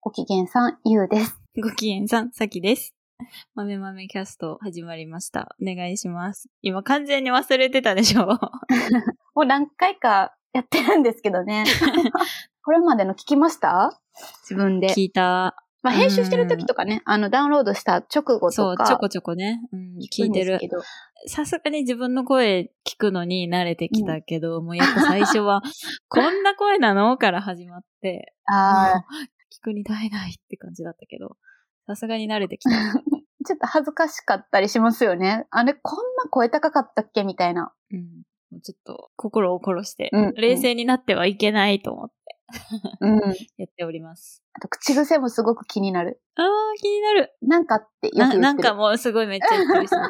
ご機嫌さん、ゆうです。ごきげんさん、さきです。まめまめキャスト始まりました。お願いします。今完全に忘れてたでしょもう何回かやってるんですけど ね。これまでの聞きました自分で。聞いた。まあ、編集してる時とかね、あの、ダウンロードした直後そとう、か。ちょこちょこね。うん、聞いてる聞くんですけ。どさすがに自分の声聞くのに慣れてきたけど、もうやっぱ最初は、こんな声なのから始まって、ああ、もう聞くに耐えないって感じだったけど、さすがに慣れてきた。ちょっと恥ずかしかったりしますよね。あれ、こんな声高かったっけみたいな。うん。もうちょっと心を殺して、うん冷静になってはいけないと思ってうん。やっております。あと、口癖もすごく気になる。あー、気になる。なんかってよく言っなてる。なんかもうすごいめっちゃ言ってるし。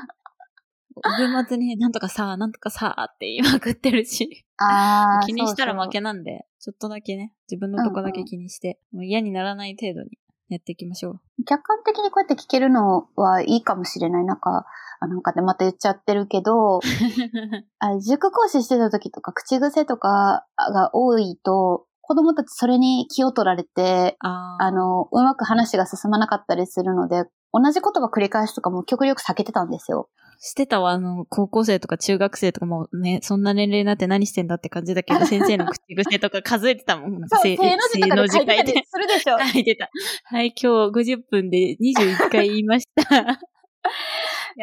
文末になんとかさ、なんとかさって言いまくってるし。あー気にしたら負そうけなんで、ちょっとだけね、自分のとこだけ気にして、もう嫌にならない程度にやっていき ましょう。そう客観的にこうやって聞けるのはいいかもしれない。なんか、あなんかでまた言っちゃってるけど、あ塾講師してた時とか、口癖とかが多いと、子供たちそれに気を取られて、あーあの、うまく話が進まなかったりするので、同じ言葉繰り返しとかも極力避けてたんですよ。してたわ、あの、高校生とか中学生とかもね、そんな年齢になって何してんだって感じだけど、先生の口癖とか数えてたもん。なんかそう、せ正の字とかで書いてたり正の字するでし ょ。 書いてた。はい、今日50分で21回言い ました。や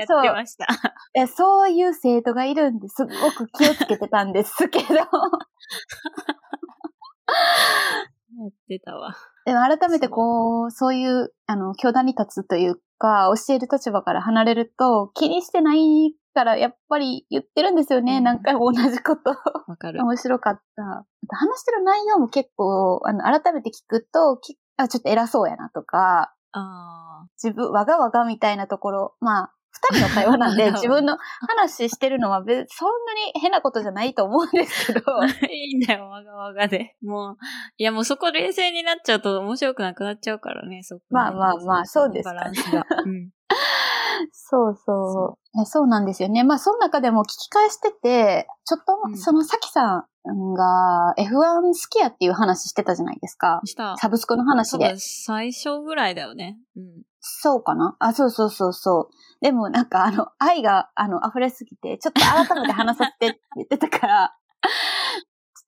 ってました。いやそういう生徒がいるんですごく気をつけてたんです けど、やって たわ。でも改めてこう、そういう、あの、教団に立つというか、教える立場から離れると、気にしてないから、やっぱり言ってるんですよね。うん何回も同じこと。わかる。面白かった。話してる内容も結構、あの、改めて聞くと、きあ、ちょっと偉そうやなとか、あ自分、わがわがみたいなところ、まあ、二人の会話 なんわで、がわが自分の話してるのは別、そんなに変なことじゃないと思うんですけど、あ。 いいんだよ、わがわがで。もう、いやもうそこ冷静になっちゃうと面白くなくなっちゃうからね、そこね、まあまあまあそうですかバねランスが。うん。 そうそそういや。そうなんですよね。まあ、その中でも聞き返してて、ちょっと、うんその、さきさんが F1 好きやっていう話してたじゃないですか。 した。サブスクの話多で。分最初ぐらいだよね。うん。そうかなあ、そうそうそうそう。でもなんかあの、 愛があの、溢れすぎて、ちょっと改めて話させてって言ってたから、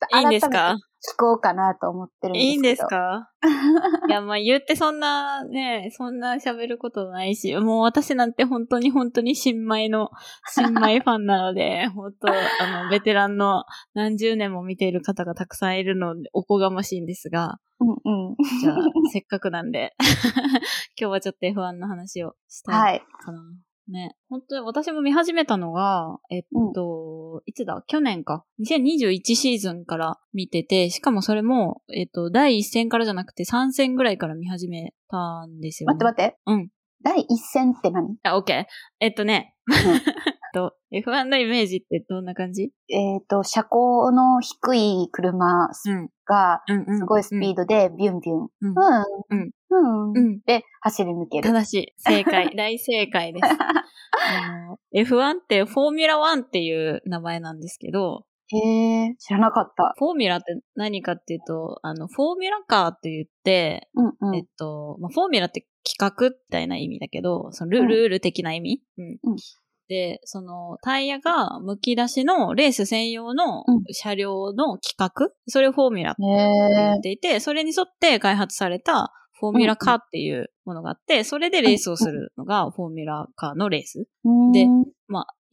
ちょいっいと改めてんですか聞こうかなと思ってるんですけど。いいんですかいや、まあ言ってそんなね、そんな喋ることないし、もう私なんて本当に本当に新米の、新米ファンなの で、本当、あの、ベテランの何十年も見ている方がたくさんいるので、おこがましいんですが、うんうん。じ ゃあ、せっかくなんで、 今日はちょっと F1 の話をしたはいい。かな。ね。本当に私も見始めたのが、えっと、いつだ去年か。2021シーズンから見てて、しかもそれも、えっと、第1戦からじゃなくて3戦ぐらいから見始めたんですよ、待って待って。って。うん。第一戦って何あ、OK。えっとね、 えっと、F1 のイメージってどんな感じえっ、と、車高の低い車うん。が、うんうん。すごいスピードでビュンビュン。うんううんん。うん。ううん。ん。で、走り抜ける。正しい。正 解。大正解です。あの、F1 ってフォーミュラ1っていう名前なんですけど、へえ、知らなかった。フォーミュラって何かっていうと、あの、フォーミュラカーって言って、うんうえっん。と、まあ、フォーミュラって企画みたいな意味だけど、そのルーうんルルール的な意味、うんうんで、そのタイヤが剥き出しのレース専用のうん車両の企画、それをフォーミュラってへ言えっ。ていて、それに沿って開発されたフォーミュラカーっていうものがあって、それでレースをするのがフォーミュラカーのレース。でうん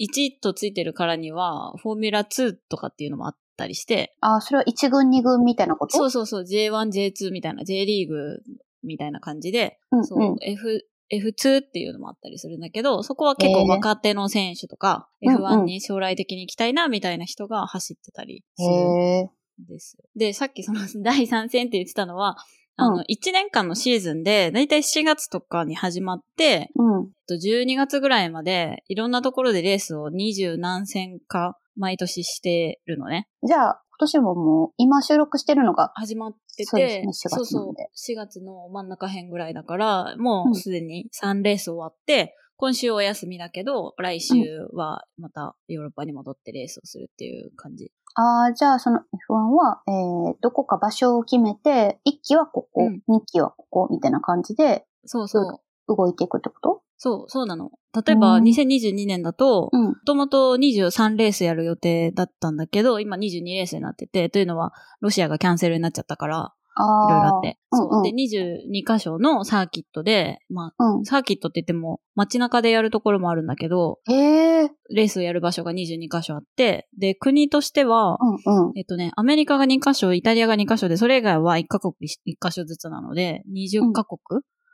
1とついてるからには、フォーミュラ2とかっていうのもあったりして、あ、それは一軍二軍みたいなことそうそうそう、J1、J2 みたいな、J リーグみたいな感じで、うんそう、F、F2 っていうのもあったりするんだけど、そこは結構若手の選手とか、えーうんう F1 んに将来的に行きたいな、みたいな人が走ってたりするへえ。んですよ。で、さっきその 第3戦って言ってたのは、あうんの、1年間のシーズンで、だいたい7月とかに始まって、うん。えっと12月ぐらいまで、いろんなところでレースを20何戦か、毎年してるのね。じゃあ、今年ももう、今収録してるのが、始まってて、そうですねそう4月なんでそう4月の真ん中辺ぐらいだから、もんうすでに3レース終わって、今週お休みだけど、来週はまたヨーロッパに戻ってレースをするっていう感じ。ああ、じゃあその F1 は、えー、どこか場所を決めて、1期はここ、うん2期はここ、みたいな感じでそうそう。動いていくってことそう、そうなの。例えば、うん2022年だと、うん。もともと23レースやる予定だったんだけど、今22レースになってて、というのは、ロシアがキャンセルになっちゃったから、ああ。いろいろあって。そう。うんうんで、22箇所のサーキットで、まうんあ、。サーキットって言っても、街中でやるところもあるんだけど、へえ。レースをやる場所が22箇所あって、で、国としては、うんうん。えっとね、アメリカが2箇所、イタリアが2箇所で、それ以外は1カ国、1箇所ずつなので、20カ国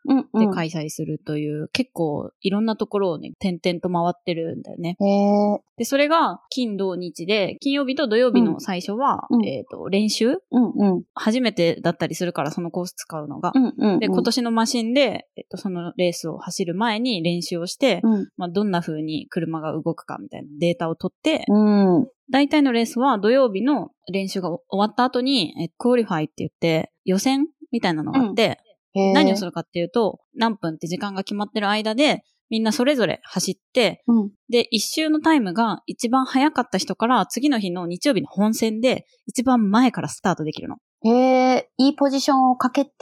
うんうでん。開催するという、結構いろんなところをね、点々と回ってるんだよね。へえ。で、それが金土日で、金曜日と土曜日の最初は、うんえっ、と、練習うんうん。初めてだったりするから、そのコース使うのが。うんうんうん。で、今年のマシンで、えっと、そのレースを走る前に練習をして、うん。まあ、どんな風に車が動くかみたいなデータを取って、うん。大体のレースは土曜日の練習が終わった後に、えクオリファイって言って、予選みたいなのがあって、へえ。何をするるかっていうと、何分って時間が決まってる間で、みんなそれぞれ走って、うん。で、一周のタイムが一番早かった人から次の日の日曜日の本戦で一番前からスタートできるの。へえ、いいポジションをかけて、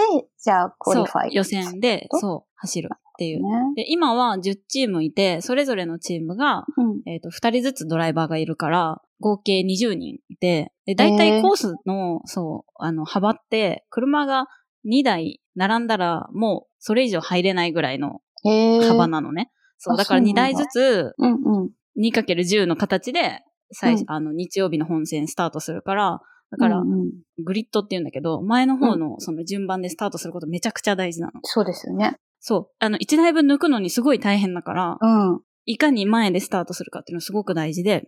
じゃあ、クオリファそうイ。予選で、そうそう、走るっていう。ね。で、今は10チームいて、それぞれのチームが、うん。えっ、と、2人ずつドライバーがいるから、合計20人いて、で、大へー体コースの、そう、あの、幅って、車が2台並んだら、もう、それ以上入れないぐらいのへえ。幅なのね。そう、あだからそうな2んだ台ずつ、うんうん。 2×10 の形で、最初うあの、日曜日の本戦スタートするから、だからう、んうんグリッドって言うんだけど、前の方のその順番でスタートすることめちゃくちゃ大事なの。そうですよね。そう。あの、1台分抜くのにすごい大変だから、うん。うん。いかに前でスタートするかっていうのすごく大事で、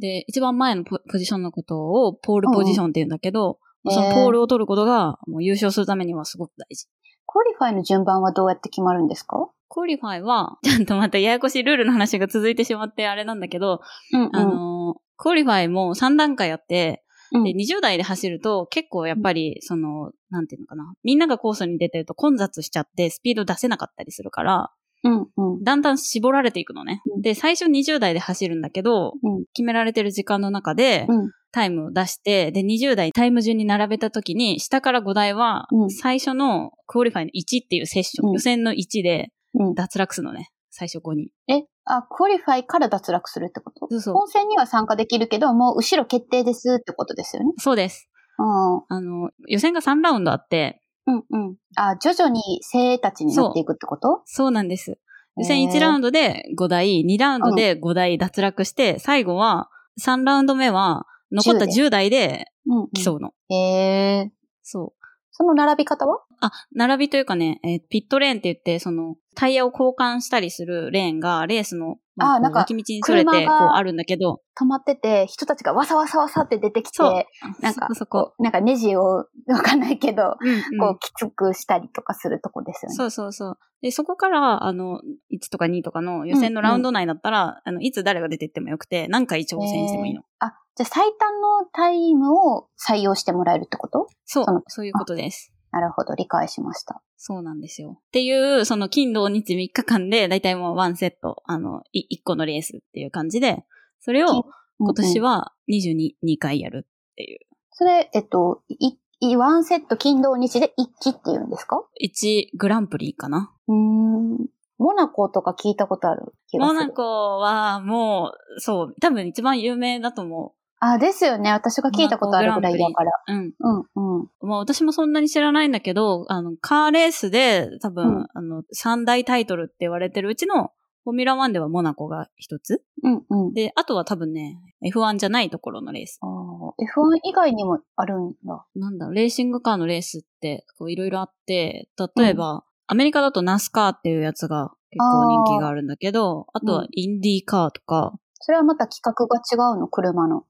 で、一番前のポポジションのことをポールポジションって言うんだけど、うんうんそへのーポールを取ることが、もう優勝するためにはすごく大事。クオリファイの順番はどうやって決まるんですかクオリファイは、 ちゃんとまたややこしいルールの話が続いてしまってあれなんだけど、うんうん。あの、クオリファイも3段階あって、うん、で、20代で走ると、結構やっぱり、その、なんていうのかな。みんながコースに出てると混雑しちゃって、スピード出せなかったりするから、うんうん。だんだん絞られていくのね。うんで、最初20代で走るんだけど、うん決められてる時間の中で、うんタイムを出して、で、20代タイム順に並べた時に、下から5台はう、ん最初のクオリファイの1っていうセッション、うん予選の1でうん。脱落するのね。最初5に。え、あ、クオリファイから脱落するってことそうそう本戦には参加できるけど、もう後ろ決定ですってことですよね。そうです。うん。あの、予選が3ラウンドあって、うんうん。あ、徐々に精鋭たちになっていくってことそうなんです。予選へー1ラウンドで5台、2ラウンドで5台脱落して、最後は3ラウンド目は残った10台でうん、うん。競うの。う。へえ。そその並び方はう。あ、並びというかね、えーピットレーンって言って、その、タイヤを交換したりするレーンが、レースの、あーまこうなんか脇道にそれて、こう車があるんだけど、溜まってて、人たちがわさわさわさって出てきて、そうなんか、そそこ。うなんかネジを、わかんないけど、うんこうんう、きつくしたりとかするとこですよね。そうそうそう。で、そこから、あの、1とか2とかの予選のラウンド内だったら、あの、いつ誰が出てってもよくて、何回挑戦してもいいの。あ、じゃあ最短のタイムを採用してもらえるってことそそうう、そういうことです。なるほど、理解しました。そうなんですよ。っていう、その金土日3日間で、だいたいもうワンセット、あの、い1個のレースっていう感じで、それを今年は、は22、2回やる。それ、えっと、い、いワンセット金土日で一期って言うんですか1グランプリかな。うーん。モナコとか聞いたことある気がモする。ナコはもう、そう、多分一番有名だと思あ、ですよね。私が聞いたことあるぐらいだから。う。うん。うん、うん。まあ私もそんなに知らないんだけど、あの、カーレースで多分、うんあの、三大タイトルって言われてるうちの、フォーミュラ1ではモナコが一つ。うん、うん。で、あとは多分ね、F1 じゃないところのレース。あー F1 以外にもあるんだ。なんだろう、レーシングカーのレースって、こういろいろあって、例えば、アメリカだとナスカーっていうやつが結構人気があるんだけど、あとうはんインディーカーとか、それはまた規格が違うの、車の。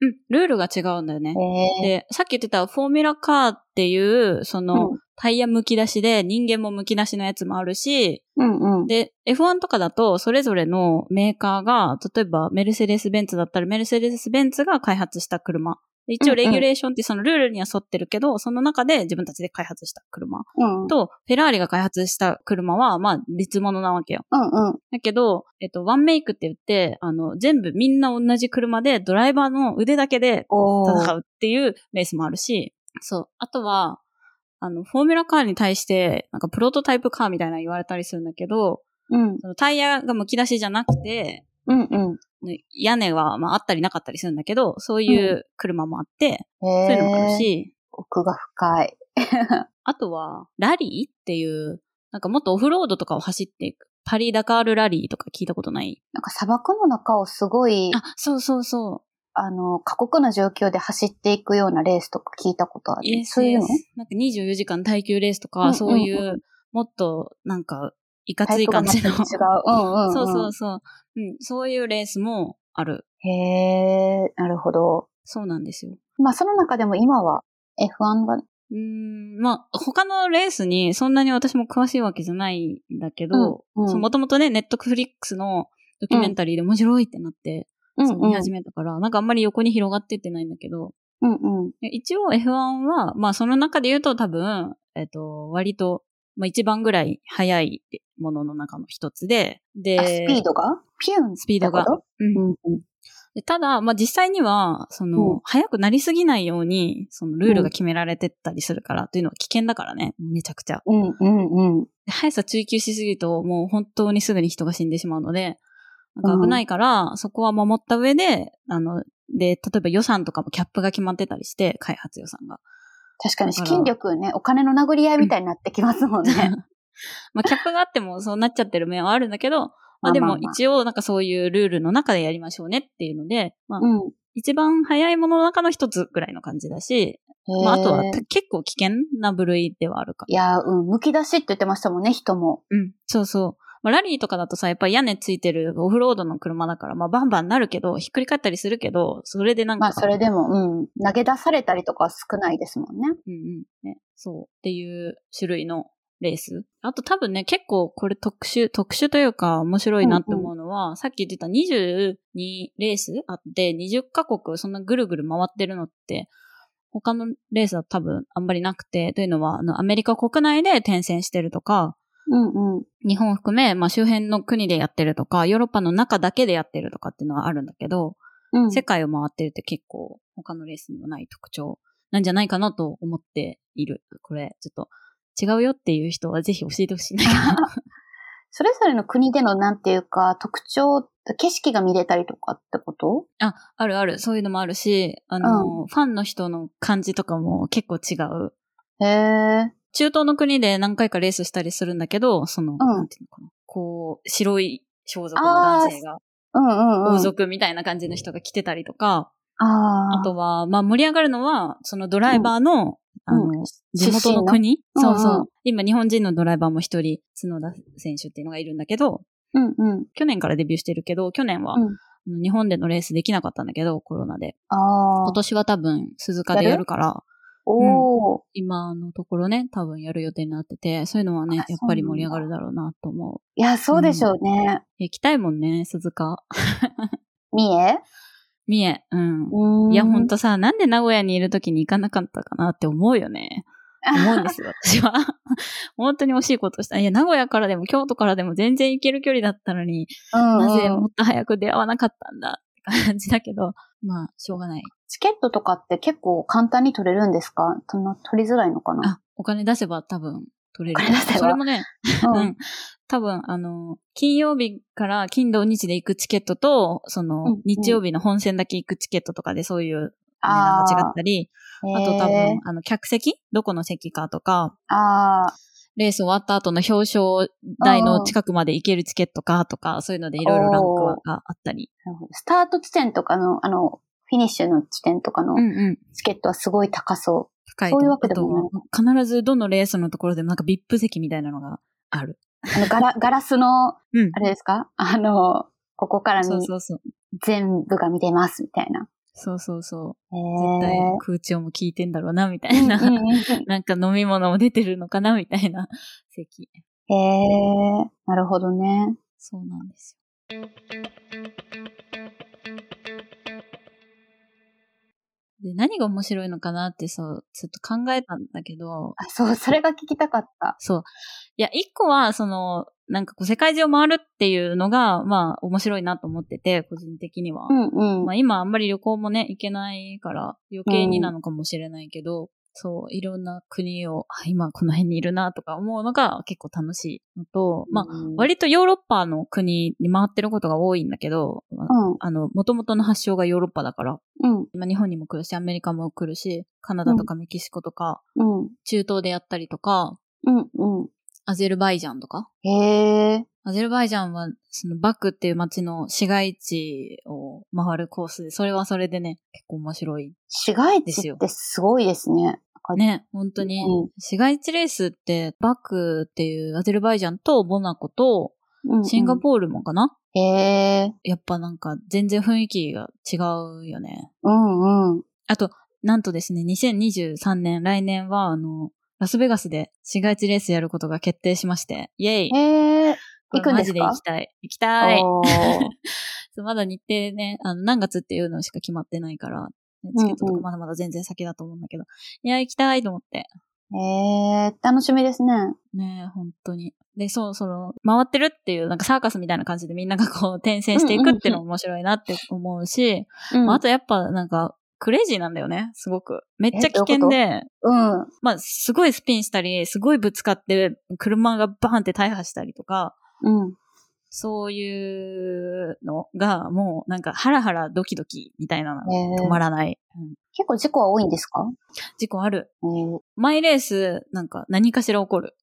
うん、ルールが違うんだよね。ええで、さっき言ってたフォーミュラカーっていう、その、タイヤ剥き出しで人間も剥き出しのやつもあるし、うん、うん、うん。で、F1 とかだと、それぞれのメーカーが、例えばメルセデス・ベンツだったら、メルセデス・ベンツが開発した車で一応レギュレーションってそのルールには沿ってるけど、その中で自分たちで開発した車うん。うんと、フェラーリが開発した車は、まあ別物なわけよ。うん。だけど、えっと、ワンメイクって言って、あの、全部みんな同じ車で、ドライバーの腕だけでおー戦うっていうレースもあるし、そう。あとは、あの、フォーミュラカーに対して、なんかプロトタイプカーみたいなの言われたりするんだけど、うん。そのタイヤが剥き出しじゃなくて、うん屋根は、まあ、あったりなかったりするんだけど、そういう車もあって、うん。そういうのもあるへえ。し、奥が深い。あとは、ラリーっていう、なんかもっとオフロードとかを走っていく。パリ・ダカール・ラリーとか聞いたことないなんか砂漠の中をすごい、あ、そうそうそう。あの、過酷な状況で走っていくようなレースとか聞いたことある。 Yes, そういうの yes なんか24時間耐久レースとか、うんうんうんそういう、もっと、なんか、いかつタいイプが感じ全く違の。う。うんうん、うん。そうそうそう。うん、そういうレースもある。へえ、なるほど。そうなんですよ。まあ、その中でも今は F1 が、うーん、まあ、他のレースにそんなに私も詳しいわけじゃないんだけど、うんうんもともとね、ネットフリックスのドキュメンタリーで面白いってなって、うそう見始めたから、なんかあんまり横に広がってってないんだけど、うんうん。一応 F1 は、まあその中で言うと多分、えっ、と、割と、まあ一番ぐらい速いものの中の一つで、で、あスピードがピュンスピードがってことうんうんうん。でただ、まあ実際には、その、うん速くなりすぎないように、そのルールが決められてったりするから、というのは危険だからね、めちゃくちゃ。うんうんうん。で速さ追求しすぎると、もう本当にすぐに人が死んでしまうので、なんか危ないから、そこは守った上で、あの、で、例えば予算とかもキャップが決まってたりして、開発予算が。確かに資だから金力ね、お金の殴り合いみたいになってきますもん ね。まあ、キャップがあってもそうなっちゃってる面はあるんだけど、まあでまあまあもまあ一応なんかそういうルールの中でやりましょうねっていうので、まあうん。一番早いものの中の一つぐらいの感じだし、へえまああとは結構危険な部類ではあるか。いやー、うん、剥き出しって言ってましたもんね、人も。うん、そうそう。まあ、ラリーとかだとさ、やっぱり屋根ついてるオフロードの車だから、まあバンバンなるけど、ひっくり返ったりするけど、それでなんか、まあ、それでも、うん、投げ出されたりとかは少ないですもんね。うんうん、ね、そうっていう種類のレース。あと多分ね、結構これ特殊、特殊というか面白いなって思うのは、さっき言ってた22レースあって、20カ国そんなぐるぐる回ってるのって、他のレースは多分あんまりなくて、というのは、あの、アメリカ国内で転戦してるとか、うんうん。日本を含め、まあ、周辺の国でやってるとか、ヨーロッパの中だけでやってるとかっていうのはあるんだけど、うん、世界を回ってるって結構他のレースにはない特徴なんじゃないかなと思っている。これ、ちょっと違うよっていう人はぜひ教えてほしいな。 それぞれの国でのなんていうか、特徴、景色が見れたりとかってことあ、あるある。そういうのもあるし、あの、ファンの人の感じとかも結構違う。へえ。中東の国で何回かレースしたりするんだけど、その、んなんていうのかな。こう、白い装束の男性が、うんうんうん。王族みたいな感じの人が来てたりとか、ああ。あとは、まあ盛り上がるのは、そのドライバーの、あの、うん地元の出国身そのうそう。うんうん今、日本人のドライバーも一人、角田選手っていうのがいるんだけど、うんうん。去年からデビューしてるけど、去年は、うんあの日本でのレースできなかったんだけど、コロナで。ああ今。年は多分、鈴鹿でやるから、おお、今のところね、多分やる予定になってて、そういうのはねあ、やっぱりそうなんだ盛り上がるだろうなと思いや、そうでしょうね。う。行きたいもんね、鈴鹿。三重三重、うん。ういや、ほん当とさ、なんで名古屋にいる時に行かなかったかなって思うよね。思うん ですよ、私は。本当に惜しいことした。いや、名古屋からでも京都からでも全然行ける距離だったのに、 うんなぜうんもっと早く出会わなかったんだって感じだけど、 まあ、しょうがない。チケットとかって結構簡単に取れるんですかその取りづらいのかなあ、お金出せば多分取れるお金出せ。ばそれもね、ううんん。多分、あの、金曜日から金土日で行くチケットと、その、うんうん日曜日の本線だけ行くチケットとかでそういう値あ段ーが違ったり、あと多へー分、あの、客席どこの席かとか、あレース終わった後の表彰台の近くまで行けるチケットかとか、そういうのでいろいろランクがあったり。あ、スタート地点とかの、あの、フィニッシュの地点とかのうんうん。チケットはすごい高そ深いそういうわけでもないあとは必ずどのレースのところでもなんか VIP 席みたいなのがある。う。あの、 ガラ、ガラスの、うんあ。れですかあの、ここからそうにそうそう。全部が見れます、みたいな。そうそうそう。へ絶対え空調も効いてんだろうな、みたういんうな。んうんなんか飲み物も出てるのかな、みたいな 席。へえなるほどね。そうなんですよ。で、何が面白いのかなってそう、ちょっと考えたんだけど、あ、そう、それが聞きたかった。そう。いや、一個は、その、なんかこう、世界中を回るっていうのが、まあ、面白いなと思ってて、個人的には。うんうん。まあ、今あんまり旅行もね、行けないから、余計になのかもしれないけど、そう、いろんな国を、あ今この辺にいるなとか思うのが結構楽しいのと、まあ、うん、割とヨーロッパの国に回ってることが多いんだけど、まあうあの、元々の発祥がヨーロッパだから、ん、まあ日本にも来るし、アメリカも来るし、カナダとかメキシコとか、うん、中東でやったりとか、うん、うアゼルバイジャンとか。ん。へえ。アゼルバイジャンは、そのバクっていう街の市街地を回るコースで、それはそれでね、結構面白い。市街です地よってすごいですね。なんか、ね、本当に。市街地レースって、バクっていうアゼルバイジャンとボナコと、うん、シンガポールもかな、ール。へえ。やっぱなんか全然雰囲気が違うよね。うん、うん。あと、なんとですね、2023年、来年は、あの、ラスベガスで市街地レースやることが決定しまして、イェイへえ。こ行れくんマですジかで行きたい。行きたいおーそうまだ日程ね、あの、何月っていうのしか決まってないから、ねチケットとかまだまだ全然先だと思うんだけど、いや、行きたいと思って。 へえ、楽しみですね。ねえ、本当に。で、そう、その、回ってるっていう、なんかサーカスみたいな感じでみんな がこう、転戦していくっていうのも面白いなって思うし、うん。まあ、あとやっぱなんか、クレイジーなんだよね、すごく。めっちゃ危えど険うで、うん。まあ、すごいスピンしたり、すごいぶつかって、車がバーンって大破したりとか、うん。そういうのが、もうなんか、ハラハラドキドキみたいなのがへー止まらない。うん結構事故は多いんですか事故ある。えー、毎レース、なんか、何かしら起こる。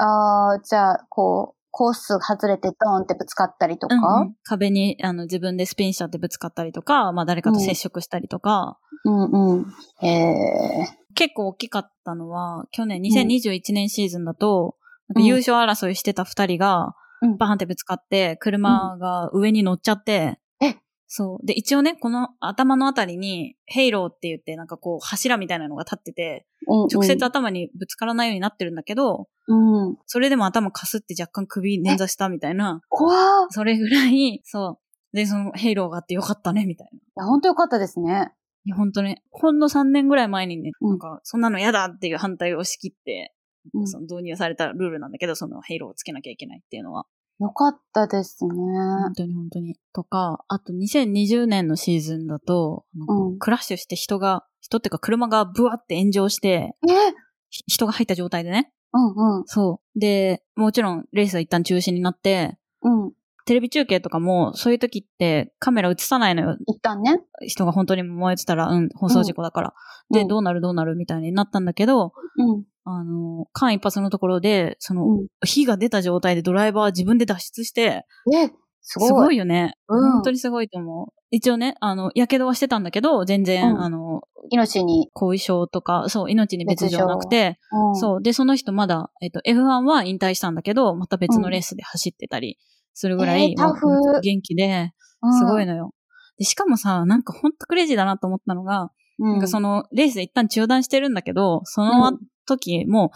ああ、じゃあ、こう、コース外れてドーンってぶつかったりとか。うんうん壁にあの自分でスピンしちゃってぶつかったりとか、まあ誰かと接触したりとか、うんうん。えー、結構大きかったのは、去年2021年シーズンだと、なんか優勝争いしてた二人がうん、バーンってぶつかって、車が上に乗っちゃって、うんえそう。で、一応ね、この頭のあたりに、ヘイローって言って、なんかこう柱みたいなのが立ってて、うんうん、直接頭にぶつからないようになってるんだけど、うん。それでも頭かすって若干首捻挫したみたいな。怖ーいそれぐらい、そう。で、その、ヘイローがあってよかったね、みたいな。や、本当よかったですね。いや、本当ね、ほんの3年ぐらい前にね、うんなんか、そんなの嫌だっていう反対を押し切って、うんその導入されたルールなんだけど、そのヘイローをつけなきゃいけないっていうのは。よかったですね。本当に本当に。とか、あと2020年のシーズンだと、あのうん。クラッシュして人が、人っていうか車がブワって炎上して、えひ人が入った状態でね。うんうん。そう。で、もちろんレースは一旦中止になって、うん。テレビ中継とかも、そういう時ってカメラ映さないのよ。一旦ね。人が本当に燃えてたら、うん、放送事故だから。で、うんどうなるどうなるみたいになったんだけど、うん。あの、間一髪のところで、その、う火が出た状態でドライバーは自分で脱出して、ん。えすすごい。ごいよね。うん本当にすごいと思う。一応ね、あの、火傷はしてたんだけど、全然、うんあの、命に。後遺症とか、そう、命に別状なくて、うん、う。そう。で、その人まだ、えっと、F1 は引退したんだけど、また別のレースで走ってたりするぐらい、えータフもう元気で、すごいのよ。で、しかもさ、なんかほんとクレイジーだなと思ったのが、うん。なんかその、のレース一旦中断してるんだけど、そのうん時、も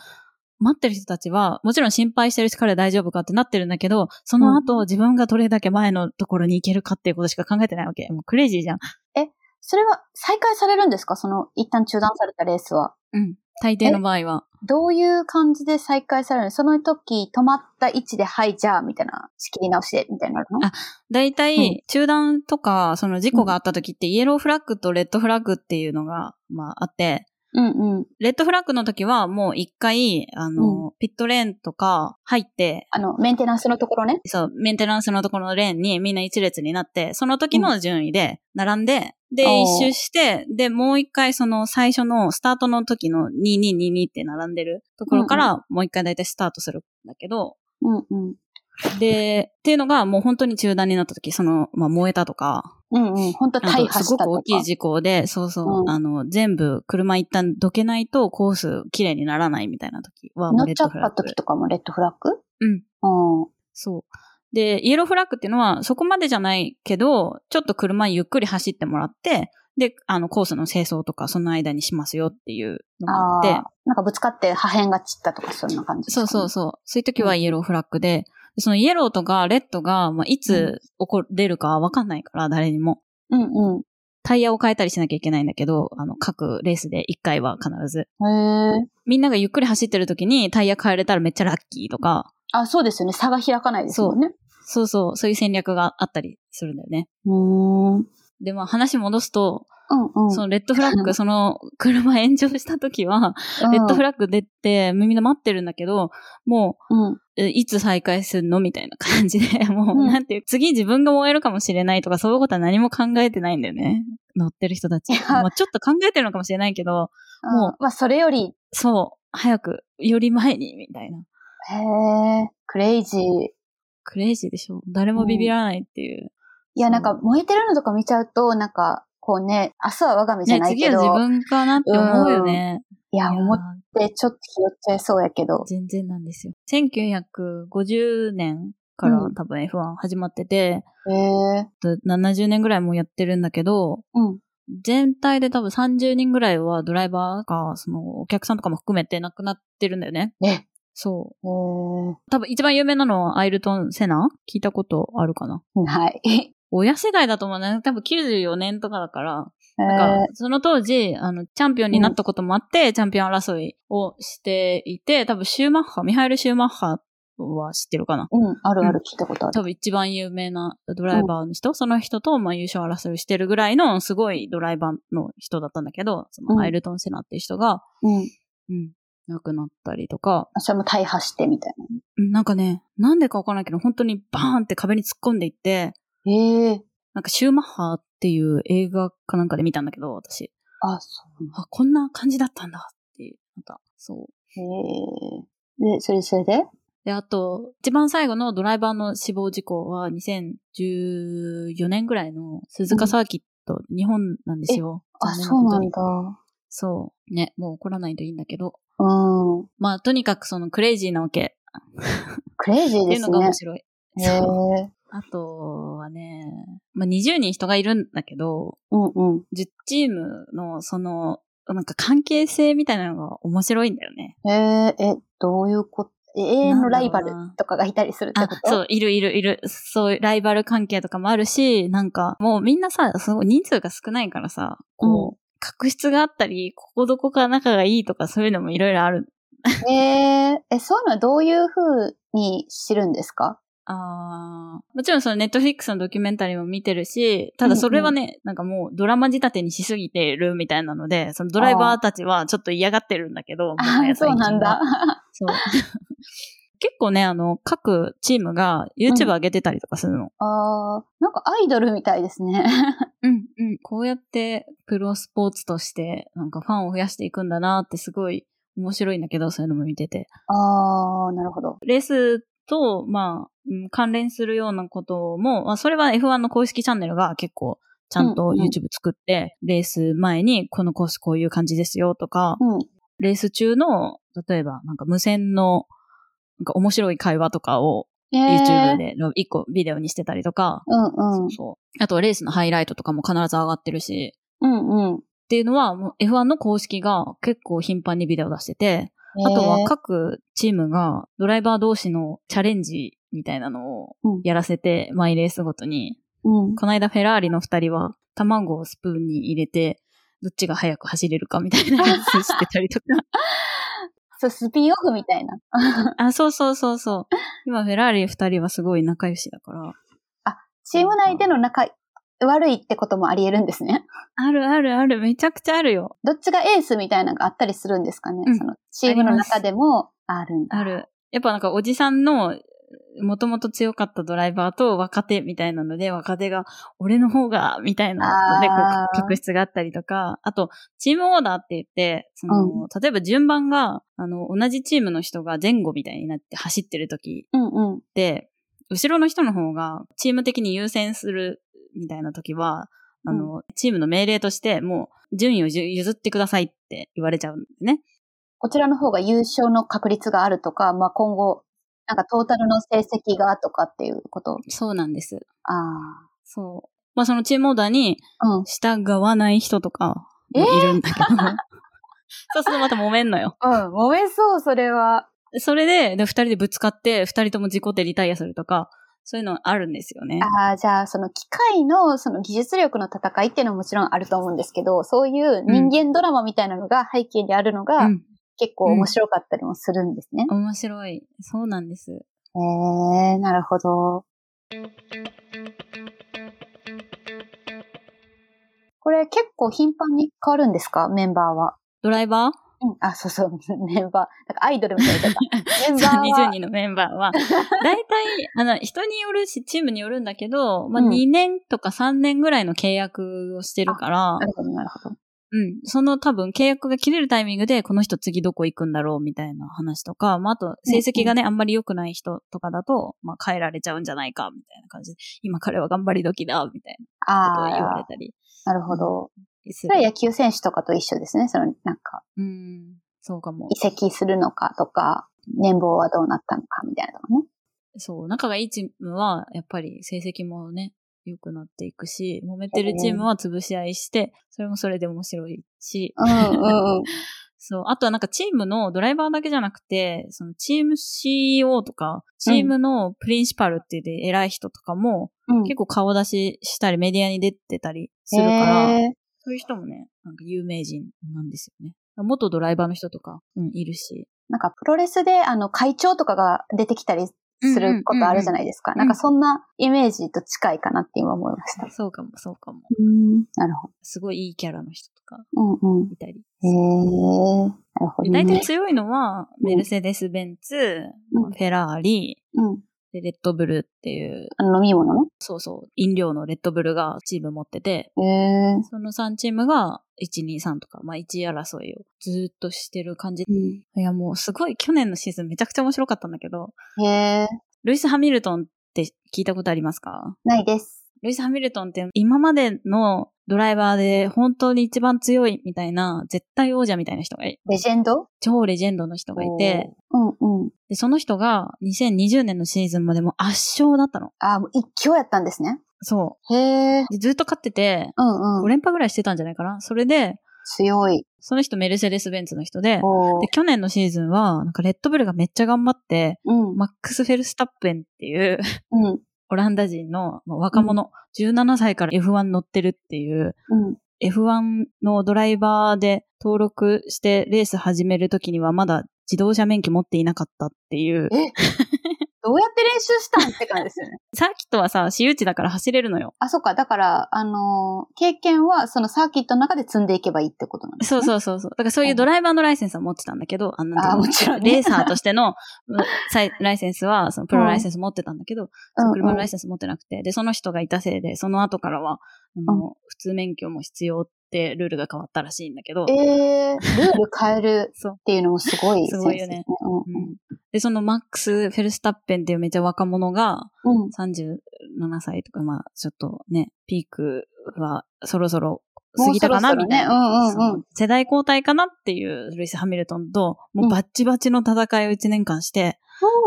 う待ってる人たちは、もちろん心配してるし彼大丈夫かってなってるんだけど、その後、自分がどれだけ前のところに行けるかっていうことしか考えてないわけ。もうクレイジーじゃん。それは再開されるんですかその、一旦中断されたレースは。うん。大抵の場合は。どういう感じで再開されるのその時、止まった位置で、はい、じゃあ、みたいな、仕切り直しで、みたいになるのあ大うん体、中断とか、その事故があった時って、イエローフラッグとレッドフラッグっていうのが、まああって、うんうん。レッドフラッグの時はもう一回、あの、ピットレーンとか入って、あの、メンテナンスのところね。そう、メンテナンスのところのレーンにみんな一列になって、その時の順位で並んで、で、おー一周して、で、もう一回その最初のスタートの時の2222って並んでるところから、もう一回大体スタートするんだけど、うんうん。で、っていうのがもう本当に中断になった時、その、まあ、燃えたとか、うんうん。本当あ大と破すしごたとくか。大きい事故で、そうそう、うんあの、全部車一旦どけないとコース綺麗にならないみたいな時は、乗もっうレッちゃドっフラたッグ時。とかもレッドフラッグうん。うん。そう。で、イエローフラッグっていうのは、そこまでじゃないけど、ちょっと車ゆっくり走ってもらって、で、あの、コースの清掃とか、その間にしますよっていうのがああってあ、なんかぶつかって破片が散ったとか、そんな感じですかそね、うそうそう。そういう時はイエローフラッグで、でそのイエローとかレッドが、まあ、いつ起こ、出るかわかんないから、誰にも。うんうん。タイヤを変えたりしなきゃいけないんだけど、あの、各レースで1回は必ず。へえ。みんながゆっくり走ってる時にタイヤ変えれたらめっちゃラッキーとか、あ、そうですよね。差が開かないですもんね。そうそう、そういう戦略があったりするんだよね。うーん。うんで、まあ話戻すと、うん。そのレッドフラ ッグ、その車炎上した時は、レッドフラッグ出て、みんな待ってるんだけど、もうん。うん。う、えいつ再開するのみたいな感じで、もう、うんなんていう、次自分が燃えるかもしれないとか、そういうことは何も考えてないんだよね。乗ってる人たち。やまあちょっと考えてるのかもしれないけど、もうあまあ、それより、そう、早く、より前に、みたいな。へえ、クレイジー。いクレイジーでしょ誰もビビらないっていう。や、そうなんか燃えてるのとか見ちゃうと、なんか、こうね、明日は我が身じゃね、ない次けはど、自分かなって思うよね。いや、いやー思ってちょっと拾っちゃいそうやけど。全然なんですよ。1950年からうん多分 F1 始まってて、へえ、と70年ぐらいもうやってるんだけど、うん。全体で多分30人ぐらいはドライバーが、そのお客さんとかも含めて亡くなってるんだよね。え、へそえ、う。多分一番有名なのはアイルトン・セナ聞いたことあるかなはい。親世代だと思うね。多分94年とかだから、えなんか、その当時、あの、チャンピオンになったこともあって、チャンピオン争いをしていて、多分シューマッハ、ミハエル・シューマッハは知ってるかなうん、あるある聞いたことある。多分一番有名なドライバーの人、その人と、まあ、優勝争いしてるぐらいのすごいドライバーの人だったんだけど、そうんのアイルトン・セナっていう人が、うん。うん、亡くなったりとか、あ、それも大破してみたいな。うんなんかね、なんでかわからないけど、本当にバーンって壁に突っ込んでいって、へえ、なんかシューマッハっていう映画かなんかで見たんだけど、私。あ、そう。あ、こんな感じだったんだっていう、なんか、そう。へえ。で、それそれでで、あと、一番最後のドライバーの死亡事故は2014年ぐらいの鈴鹿サーキット、日本なんですよ。あ、残念そうことなにんだ。そう。ね、もう怒らないといいんだけど。うん。まあ、とにかくそのクレイジーなわけ。クレイジーってでいうすのがね面。白い。へそえう。あとはね、まあ、20人人がいるんだけど、うんうん。 10チームのその、なんか関係性みたいなのが面白いんだよね。えー、え、どういうこと永遠のライバルとかがいたりするってあこ、とそう、いるいるいる。そういうライバル関係とかもあるし、なんかもうみんなさ、すごい人数が少ないからさ、こう、確執があったり、ここどこか仲がいいとかそういうのもいろいろある。えー、え、そういうのはどういう風に知るんです かあーもちろんそのネットフリックスのドキュメンタリーも見てるし、ただそれはね、なんかもうドラマ仕立てにしすぎてるみたいなので、そのドライバーたちはちょっと嫌がってるんだけど、もはあやそうなんだ。最近は。そう。 結構ね、あの、各チームが YouTube 上げてたりとかするの。あーなんかアイドルみたいですね。 うん、うん。こうやってプロスポーツとして、なんかファンを増やしていくんだなってすごい面白いんだけど、そういうのも見てて。あーなるほど。レースと、まあ、うん関連するようなことも、まあ、それは F1 の公式チャンネルが結構、ちゃんうとんうん YouTube 作って、レース前にこのコースこういう感じですよとか、うん。レース中の、例えばなんか無線の、なんか面白い会話とかをえー、 YouTube での一個ビデオにしてたりとか、うんそうそう。あとレースのハイライトとかも必ず上がってるし、うん。うんうん。っていうのはもう F1 の公式が結構頻繁にビデオ出してて、えーあとは各チームがドライバー同士のチャレンジみたいなのをうんやらせて、マイレースごとに。うん。この間フェラーリの二人は卵をスプーンに入れて、どっちが早く走れるかみた いな練習してたりとか。そう、スピンオフみたいな。あ、そうそうそうそう。今フェラーリ二人はすごい仲良しだから。チーム内での仲悪いってこともあり得るんですね。あるあるある、めちゃくちゃあるよ。どっちがエースみたいなのがあったりするんですかね、うんそのチームの中でもあるんだ。ある。やっぱなんかおじさんの、もともと強かったドライバーと若手みたいなので、若手が、俺の方が、みたいなので、こあーう、確執があったりとか、あと、チームオーダーって言って、その、例えば順番が、あの、同じチームの人が前後みたいになって走ってる時うんうん。って、後ろの人の方が、チーム的に優先するみたいな時は、あの、チームの命令として、もう、順位を譲ってくださいって言われちゃうんですね。こちらの方が優勝の確率があるとか、まあ、今後、なんかトータルの成績がとかっていうこと。そうなんです。あそう。まあ、そのチームオーダーにあ。うん。従わない人とかえもいるんだけ ど、そうするとまた揉めんのよ。うん、揉めそう、それは。それで、で二人でぶつかって、二人とも事故ってリタイアするとか、そういうのあるんですよね。ああ、じゃあ、その機械の、その技術力の戦いっていうのはもちろんあると思うんですけど、そういう人間ドラマみたいなのが背景にあるのが、うん結構面白かったりもするんですね。面白い。そうなんです。へえー、なるほど。これ結構頻繁に変わるんですかメンバーは。ドライバーうん、あ、そう そう、メンバー。なんかアイドルみたい な言い方。メンバー20は。人のメンバー は、大体、あの、人によるし、チームによるんだけど、まあ、うん2年とか3年ぐらいの契約をしてるかな、らるほど、なるほど。うん、その多分契約が切れるタイミングで、この人次どこ行くんだろうみたいな話とか、まあ、あと、成績がね、あんまり良くない人とかだと、まあ、変えられちゃうんじゃないか、みたいな感じで、今彼は頑張り時だ、みたいなことを言わあれあ、たりなるほど。すそるれは野球選手とかと一緒ですね。その、なんか、うん、そうかも移。籍するのかとか、年俸はどうなったのかみたいなのがね。そう、仲がいいチームは、やっぱり成績もね、良くなっていくし、揉めてるチームは潰し合いして、それもそれで面白いし、うん うんうん。そう、あとはなんかチームのドライバーだけじゃなくて、そのチーム CEO とか、チームのプリンシパルっていう偉い人とかも、うん、結構顔出ししたり、メディアに出てたりするから、へーそういう人もね、なんか有名人なんですよね。元ドライバーの人とか、うん、いるし。なんかプロレスであの会長とかが出てきたりすることあるじゃないですか。んうんうんうんなんかそんなイメージと近いかなって今思いました。そうかも、そうかも。うん、なるほすごいいいキャラの人とか、ど。うんうん。いたり。へえー、なるほでど、大体ね。強いのは、うんメルセデス・ベンツ、うんまあフェラーリ、うん。でレッドブルっていう、あの飲み物ね。そうそう、飲料のレッドブルがチーム持ってて、へえー。その3チームが1、2、3とか、まあ1位争いをずーっとしてる感じ。いやもうすごい去年のシーズンめちゃくちゃ面白かったんだけど、へえー、ルイス・ハミルトンって聞いたことありますかないです。ルイス・ハミルトンって今までのドライバーで本当に一番強いみたいな、絶対王者みたいな人がい、レジェンド超レジェンドの人がいて、。おーうんうん。で、その人が2020年のシーズンまでもう圧勝だったの。あ、もう一挙やったんですね。そへえー。う。で、ずっと勝ってて、うん5うん。連覇ぐらいしてたんじゃないかなそれで、強い。その人メルセデス・ベンツの人で、おーで、去年のシーズンは、なんかレッドブルがめっちゃ頑張って、うん。マックス・フェルスタッペンっていう、 うん。オランダ人のまあ若者、17歳から F1 乗ってるっていう、うん。 F1 のドライバーで登録してレース始めるときにはまだ自動車免許持っていなかったっていう。えどうやって練習したんって感じですよね。サーキットはさ、私有地だから走れるのよ。 あ、そっか。だから、あのー経験は、そのサーキットの中で積んでいけばいいってことなんですそうね。う。そうそうそう。だからそういうドライバーのライセンスは持ってたんだけど、あなんていうあ、のもちろん、ね。レーサーとしてのうんさいライセンスは、そのプロライセンス持ってたんだけど、うんうん車のライセンス持ってなくて、で、その人がいたせいで、その後からは、あの普通免許も必要ってルールが変わったらしいんだけど、えー、ルール変えるそう。っていうのもすごいすごいセンスでよねすね。うんで、そのマックス・フェルスタッペンっていうめっちゃ若者が、うん。うん。 37歳とか、まあ、ちょっとね、ピークはそろそろ過ぎたかな、もうそろそろねみたいな、うんうんうんその世代交代かなっていうルイス・ハミルトンと、もうバッチバチの戦いを1年間して、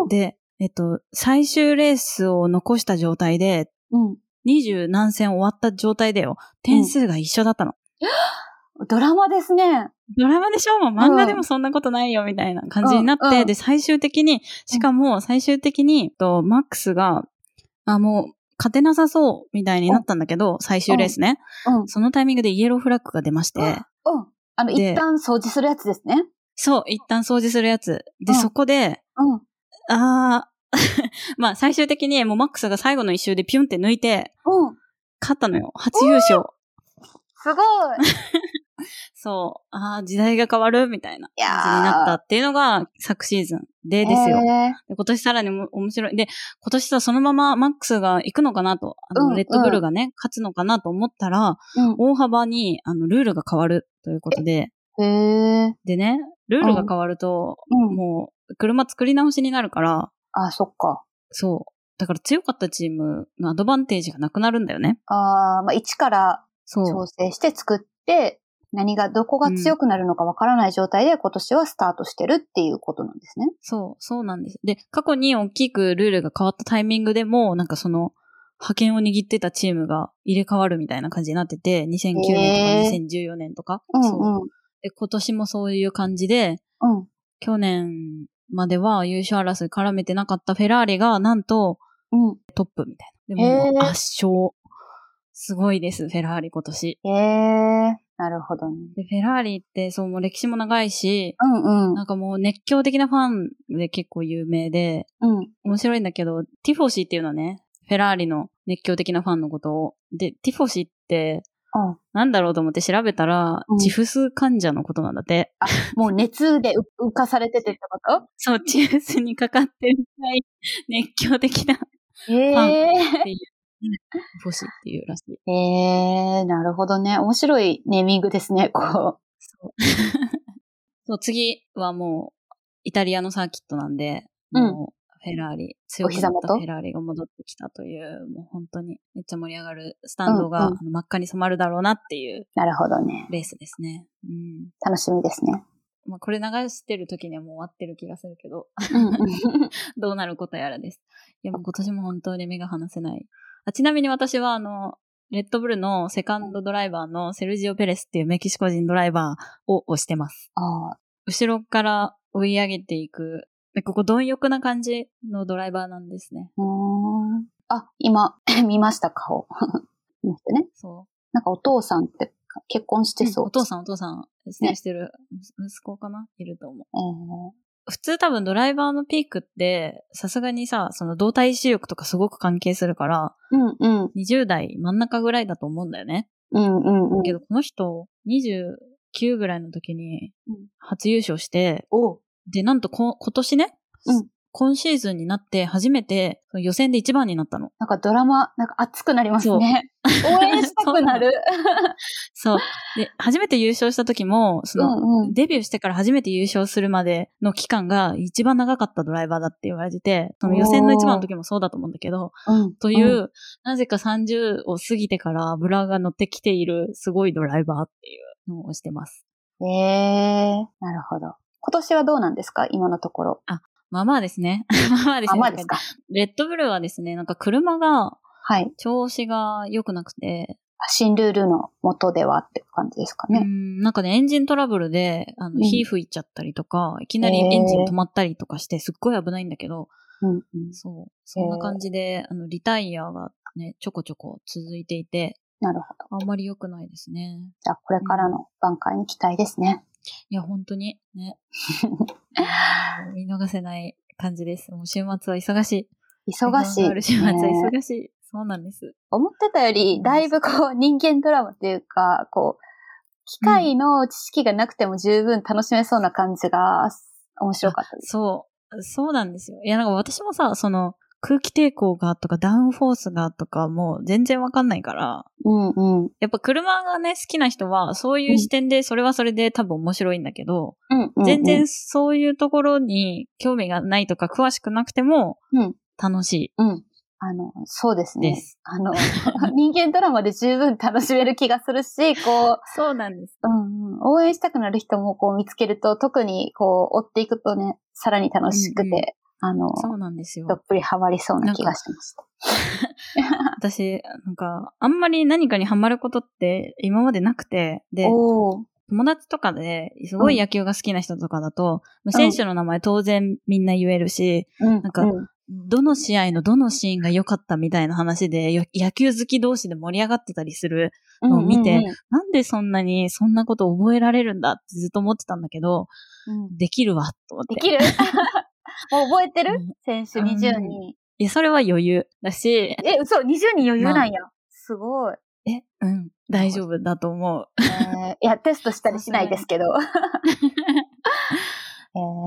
で、えっと、最終レースを残した状態で、うん。 20何戦終わった状態でよ、点数が一緒だったの。ドラマですね。ドラマでしょもう漫画でもそんなことないよ、みたいな感じになって、うんうんで、最終的に、しかも最終的に、えっとマックスが、あ、もう、勝てなさそう、みたいになったんだけど、最終レースね。うん。うん。そのタイミングでイエローフラッグが出まして、あの、で一旦掃除するやつですね。そう、一旦掃除するやつ。うで、んそこで、うん。あー、 まあ、最終的にもうマックスが最後の一周でピュンって抜いて、うん。勝ったのよ。初優勝。 すごい。そう。ああ、時代が変わるみたいないやー感じになったっていうのが昨シーズンでですよ。えーで今年さらにも面白い。で、今年さ、そのままマックスが行くのかなと、あの、うんレッドブルがね、勝つのかなと思ったら、うん。大幅に、あの、ルールが変わるということで、へえ。でね、ルールが変わると、うん。もう、車作り直しになるから、あ、そっか。そう。だから強かったチームのアドバンテージがなくなるんだよね。あーまあ、一からそう調。整して作って、何が、どこが強くなるのかわからない状態で今年はスタートしてるっていうことなんですね。そう、そうなんです。で、過去に大きくルールが変わったタイミングでも、なんかその、派遣を握ってたチームが入れ替わるみたいな感じになってて、2009へー年とか2014年とか。うんそううん。で、今年もそういう感じで、うん。去年までは優勝争い絡めてなかったフェラーリが、なんと、うん。トップみたいな。でへもー圧勝。すごいです、フェラーリ今年。ええなるほどね。で、フェラーリって、そう、もう歴史も長いし、うんうん。なんかもう熱狂的なファンで結構有名で、うん。面白いんだけど、ティフォシーっていうのはね、フェラーリの熱狂的なファンのことを、で、ティフォシーって、あなんだろうと思って調べたら、うんチフス患者のことなんだって。 もう熱でう浮かされててってこ そう、チフスにかかってるくらい 熱狂的なテとええィフォシーっていうらしい。ええなるほどね。面白いネーミングですね、こそう。そう、次はもう、イタリアのサーキットなんで、うんもう、フェラーリ、強くおなっ膝た元フェラーリが戻ってきたという、もう本当にめっちゃ盛り上がるスタンドが、うんうんあの真っ赤に染まるだろうなっていうう。なるほどね。レースですね。うん。楽しみですね。まあ、これ流してる時にはもう終わってる気がするけど、 うんどうなることやらです。いや、もう今年も本当に目が離せない。あちなみに私は、あの、レッドブルのセカンドドライバーのセルジオ・ペレスっていうメキシコ人ドライバーを推してます。 ああ、後ろから追い上げていく、でここ貪欲な感じのドライバーなんですね。うーん。あ、今、 見ました、顔。 見ましたね。そなんかお父さんって結婚しう。てそう。お父さんお父さん、してるしてる、息子かないると思う。えー普通多分ドライバーのピークって、さすがにさ、その動体視力とかすごく関係するから、うんうん。 20代真ん中ぐらいだと思うんだよね。うんうんうん。けどこの人、29ぐらいの時にうん初優勝して、おうで、なんとこ今年ね、うん今シーズンになって初めてその予選で一番になったの。なんかドラマ、なんか熱くなりますね。 応援したくなる。そう。で、初めて優勝した時も、 その、んうん。デビューしてから初めて優勝するまでの期間が一番長かったドライバーだって言われてて、その予選の一番の時もそうだと思うんだけど、うんという、、なぜか30を過ぎてから油が乗ってきているすごいドライバーっていうのをしてます。うんえー、なるほど。今年はどうなんですか今のところ。まあまあですね。 まあまあですあ、ね。まあですか。レッドブルはですね、なんか車がはい。調子が良くなくて、新ルールの元ではって感じですかうね。ん、なんかね、エンジントラブルで、あの、うん火吹いちゃったりとか、いきなりエンジン止まったりとかして、すっごい危ないんだけど、うんうん。そう、そんな感じで、あの、リタイアがね、ちょこちょこ続いていて、なるほど。あんまり良くないですね。じゃあ、これからの挽回に期待ですね。いや、本当に、 ね。うん見逃せない感じです。もう週末は忙しい。忙しい時間 がある。週末はね忙しい。そうなんです。思ってたより、だいぶこう、人間ドラマというか、こう、機械の知識がなくても十分楽しめそうな感じが、面白かったです。そう、そうなんですよ。いや、なんか私もさ、その、空気抵抗がとか、ダウンフォースがとか、もう全然わかんないから、うんうん。うんやっぱ車がね、好きな人は、そういう視点で、それはそれで多分面白いんだけど、うんうん。全然そういうところに興味がないとか詳しくなくてもうん、楽しうん。あの、そうですいね。です。あの、 人間ドラマで十分楽しめる気がするし、こそうなんです。う、うんうん、応援したくなる人もこう見つけると、特にこう、追っていくとね、さらに楽しくて、うんうんあの、そうなんですよど。っぷりハマりそうな気がしました。私、なんか、あんまり何かにハマることって今までなくて、で、おー友達とかで、すごい野球が好きな人とかだと、まうあ選ん手の名前当然みんな言えるし、うん。なんかうんどの試合のどのシーンが良かったみたいな話で、よ野球好き同士で盛り上がってたりする、を見て、なんでそんなにそんなこと覚えられるんだってずっと思ってたんだけど、うんうんうんできるわ、と思って。できる もう覚えてるうん選手うん20人。いや、それは余裕だし、え、嘘 ?20 人余裕なんや。すごい。え、うん、大丈夫だと思う。えーいや、テストしたりしないですけど。余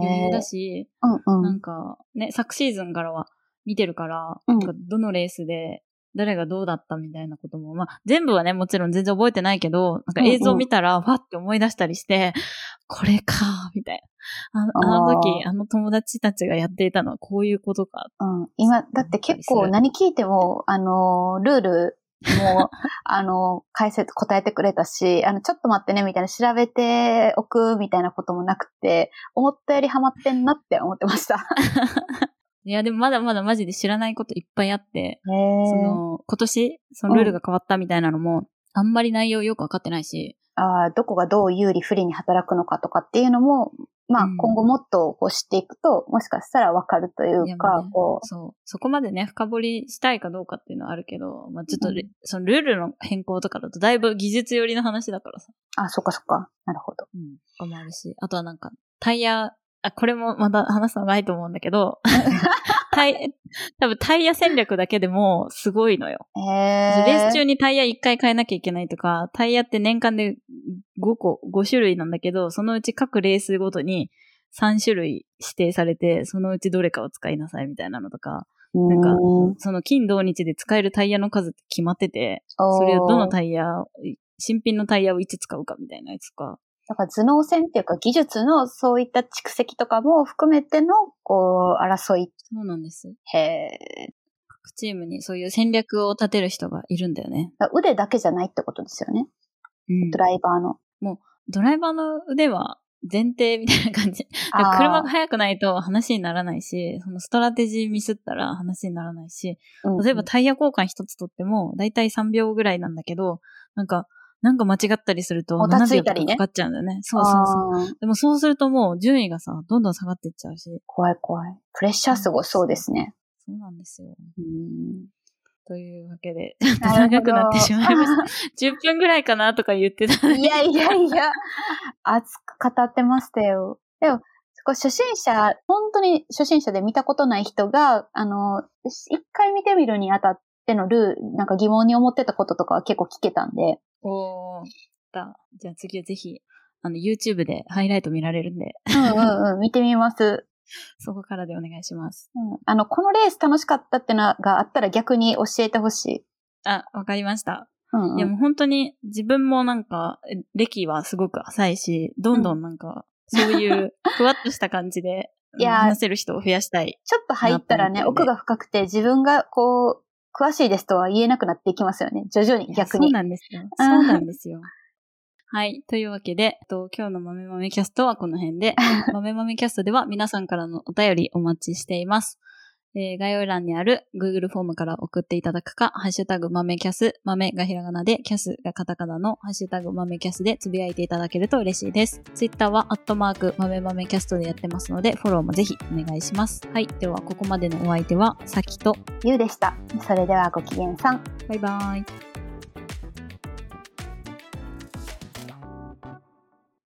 え裕ーだし、うんう。なんんか、ね、昨シーズンからは見てるから、うんなんかどのレースで、誰がどうだったみたいなことも、まあ、全部はね、もちろん全然覚えてないけど、なんか映うんう像ん見たら、わって思い出したりして、これか、みたいな。ああのあー時、あの友達たちがやっていたのはこういうことか。うん、今、だって結構何聞いても、あのー、ルールも、あのー、解説、答えてくれたし、あの、ちょっと待ってね、みたいな、調べておく、みたいなこともなくて、思ったよりハマってんなって思ってました。いや、でもまだまだマジで知らないこといっぱいあって、へそえ。の、今年、そのルールが変わったみたいなのも、あんまり内容よくわかってないし、あーどこがどう有利不利に働くのかとかっていうのも、まあうん今後もっとこう知っていくと、もしかしたらわかるといいやうまあかね、こう、そう。そこまでね、深掘りしたいかどうかっていうのはあるけど、まあちょっとル、うそのルールの変更とかだとだいぶ技術寄りの話だからさ。あ、そっかそっか。なるほど。うん。とかもあるし、あとはなんか、タイヤ、あ、これもまだ話すのないと思うんだけ ど、タイ、多分タイヤ戦略だけでもすごいのよ。えレースー。中にタイヤ1回変えなきゃいけないとか、タイヤって年間で5個、5種類なんだけど、そのうち各レースごとに3種類指定されて、そのうちどれかを使いなさいみたいなのとか、なんかそその金土日で使えるタイヤの数って決まってて、それをどのイタイヤ、新品のタイヤをいつ使うかみたいなやつとか、だから頭脳戦っていうか技術のそういった蓄積とかも含めての、こう、争い。そうなんです。へえ。各チームにそういう戦略を立てる人がいるんだよね。だから腕だけじゃないってことですよね。うんドライバーの。ドライバーの腕は前提みたいな感 じ。だから車が速くないと話にならないし、そのストラテジーミスったら話にならないし、が例えば、タイヤ交換一つ取っても、だいたい3秒ぐらいなんだけど、なんか、なんか間違ったりすると、もたつ7い秒とたかりかねかっちゃうんだよね。そうそうそう。あーでもそうするともう順位がさ、どんどん下がっていっちゃうし。怖い怖い。プレッシャーすごそうですね。そうなんですよ。うんというわけで、 ちょっと長くなってしまいました。10分 ぐらいかなとか言ってた。 いやいやいや、熱く語ってましたよ。でも、こう初心者、本当に初心者で見たことない人が、あの、一回見てみるにあたってのルー、なんか疑問に思ってたこととかは結構聞けたんで、おー。だじゃあ次はぜひ、あの、YouTube でハイライト見られるんで、うんうんうん、見てみます。そこからでお願いします。うん、あの、このレース楽しかったってのがあったら逆に教えてほしい。あ、わかりました。うん、うん。いやもう本当に自分もなんか、え歴はすごく浅いし、どんどんなんか、そう いうふわっとした感じで、いやー話せる人を増やしたい。ちょっと入ったらね、なったみた奥いでが深くて自分がこう、詳しいですとは言えなくなっていきますよね。徐々に逆いやそうに。なんですよ。うそんうなんですよ。 はい。というわけで、えっと今日の豆豆キャストはこの辺 で、豆豆キャストでは皆さんからのお便りお待ちしています。えー概要欄にある Google フォームから送っていただくか、ハッシュタグ豆キャス、豆がひらがなで、キャスがカタカナのハッシュタグ豆キャスでつぶやいていただけると嬉しいです。Twitter はアットマーク豆豆キャストでやってますので、フォローもぜひお願いします。はい。では、ここまでのお相手は、さきと、ゆうでした。それではご機嫌さん。バイバイ。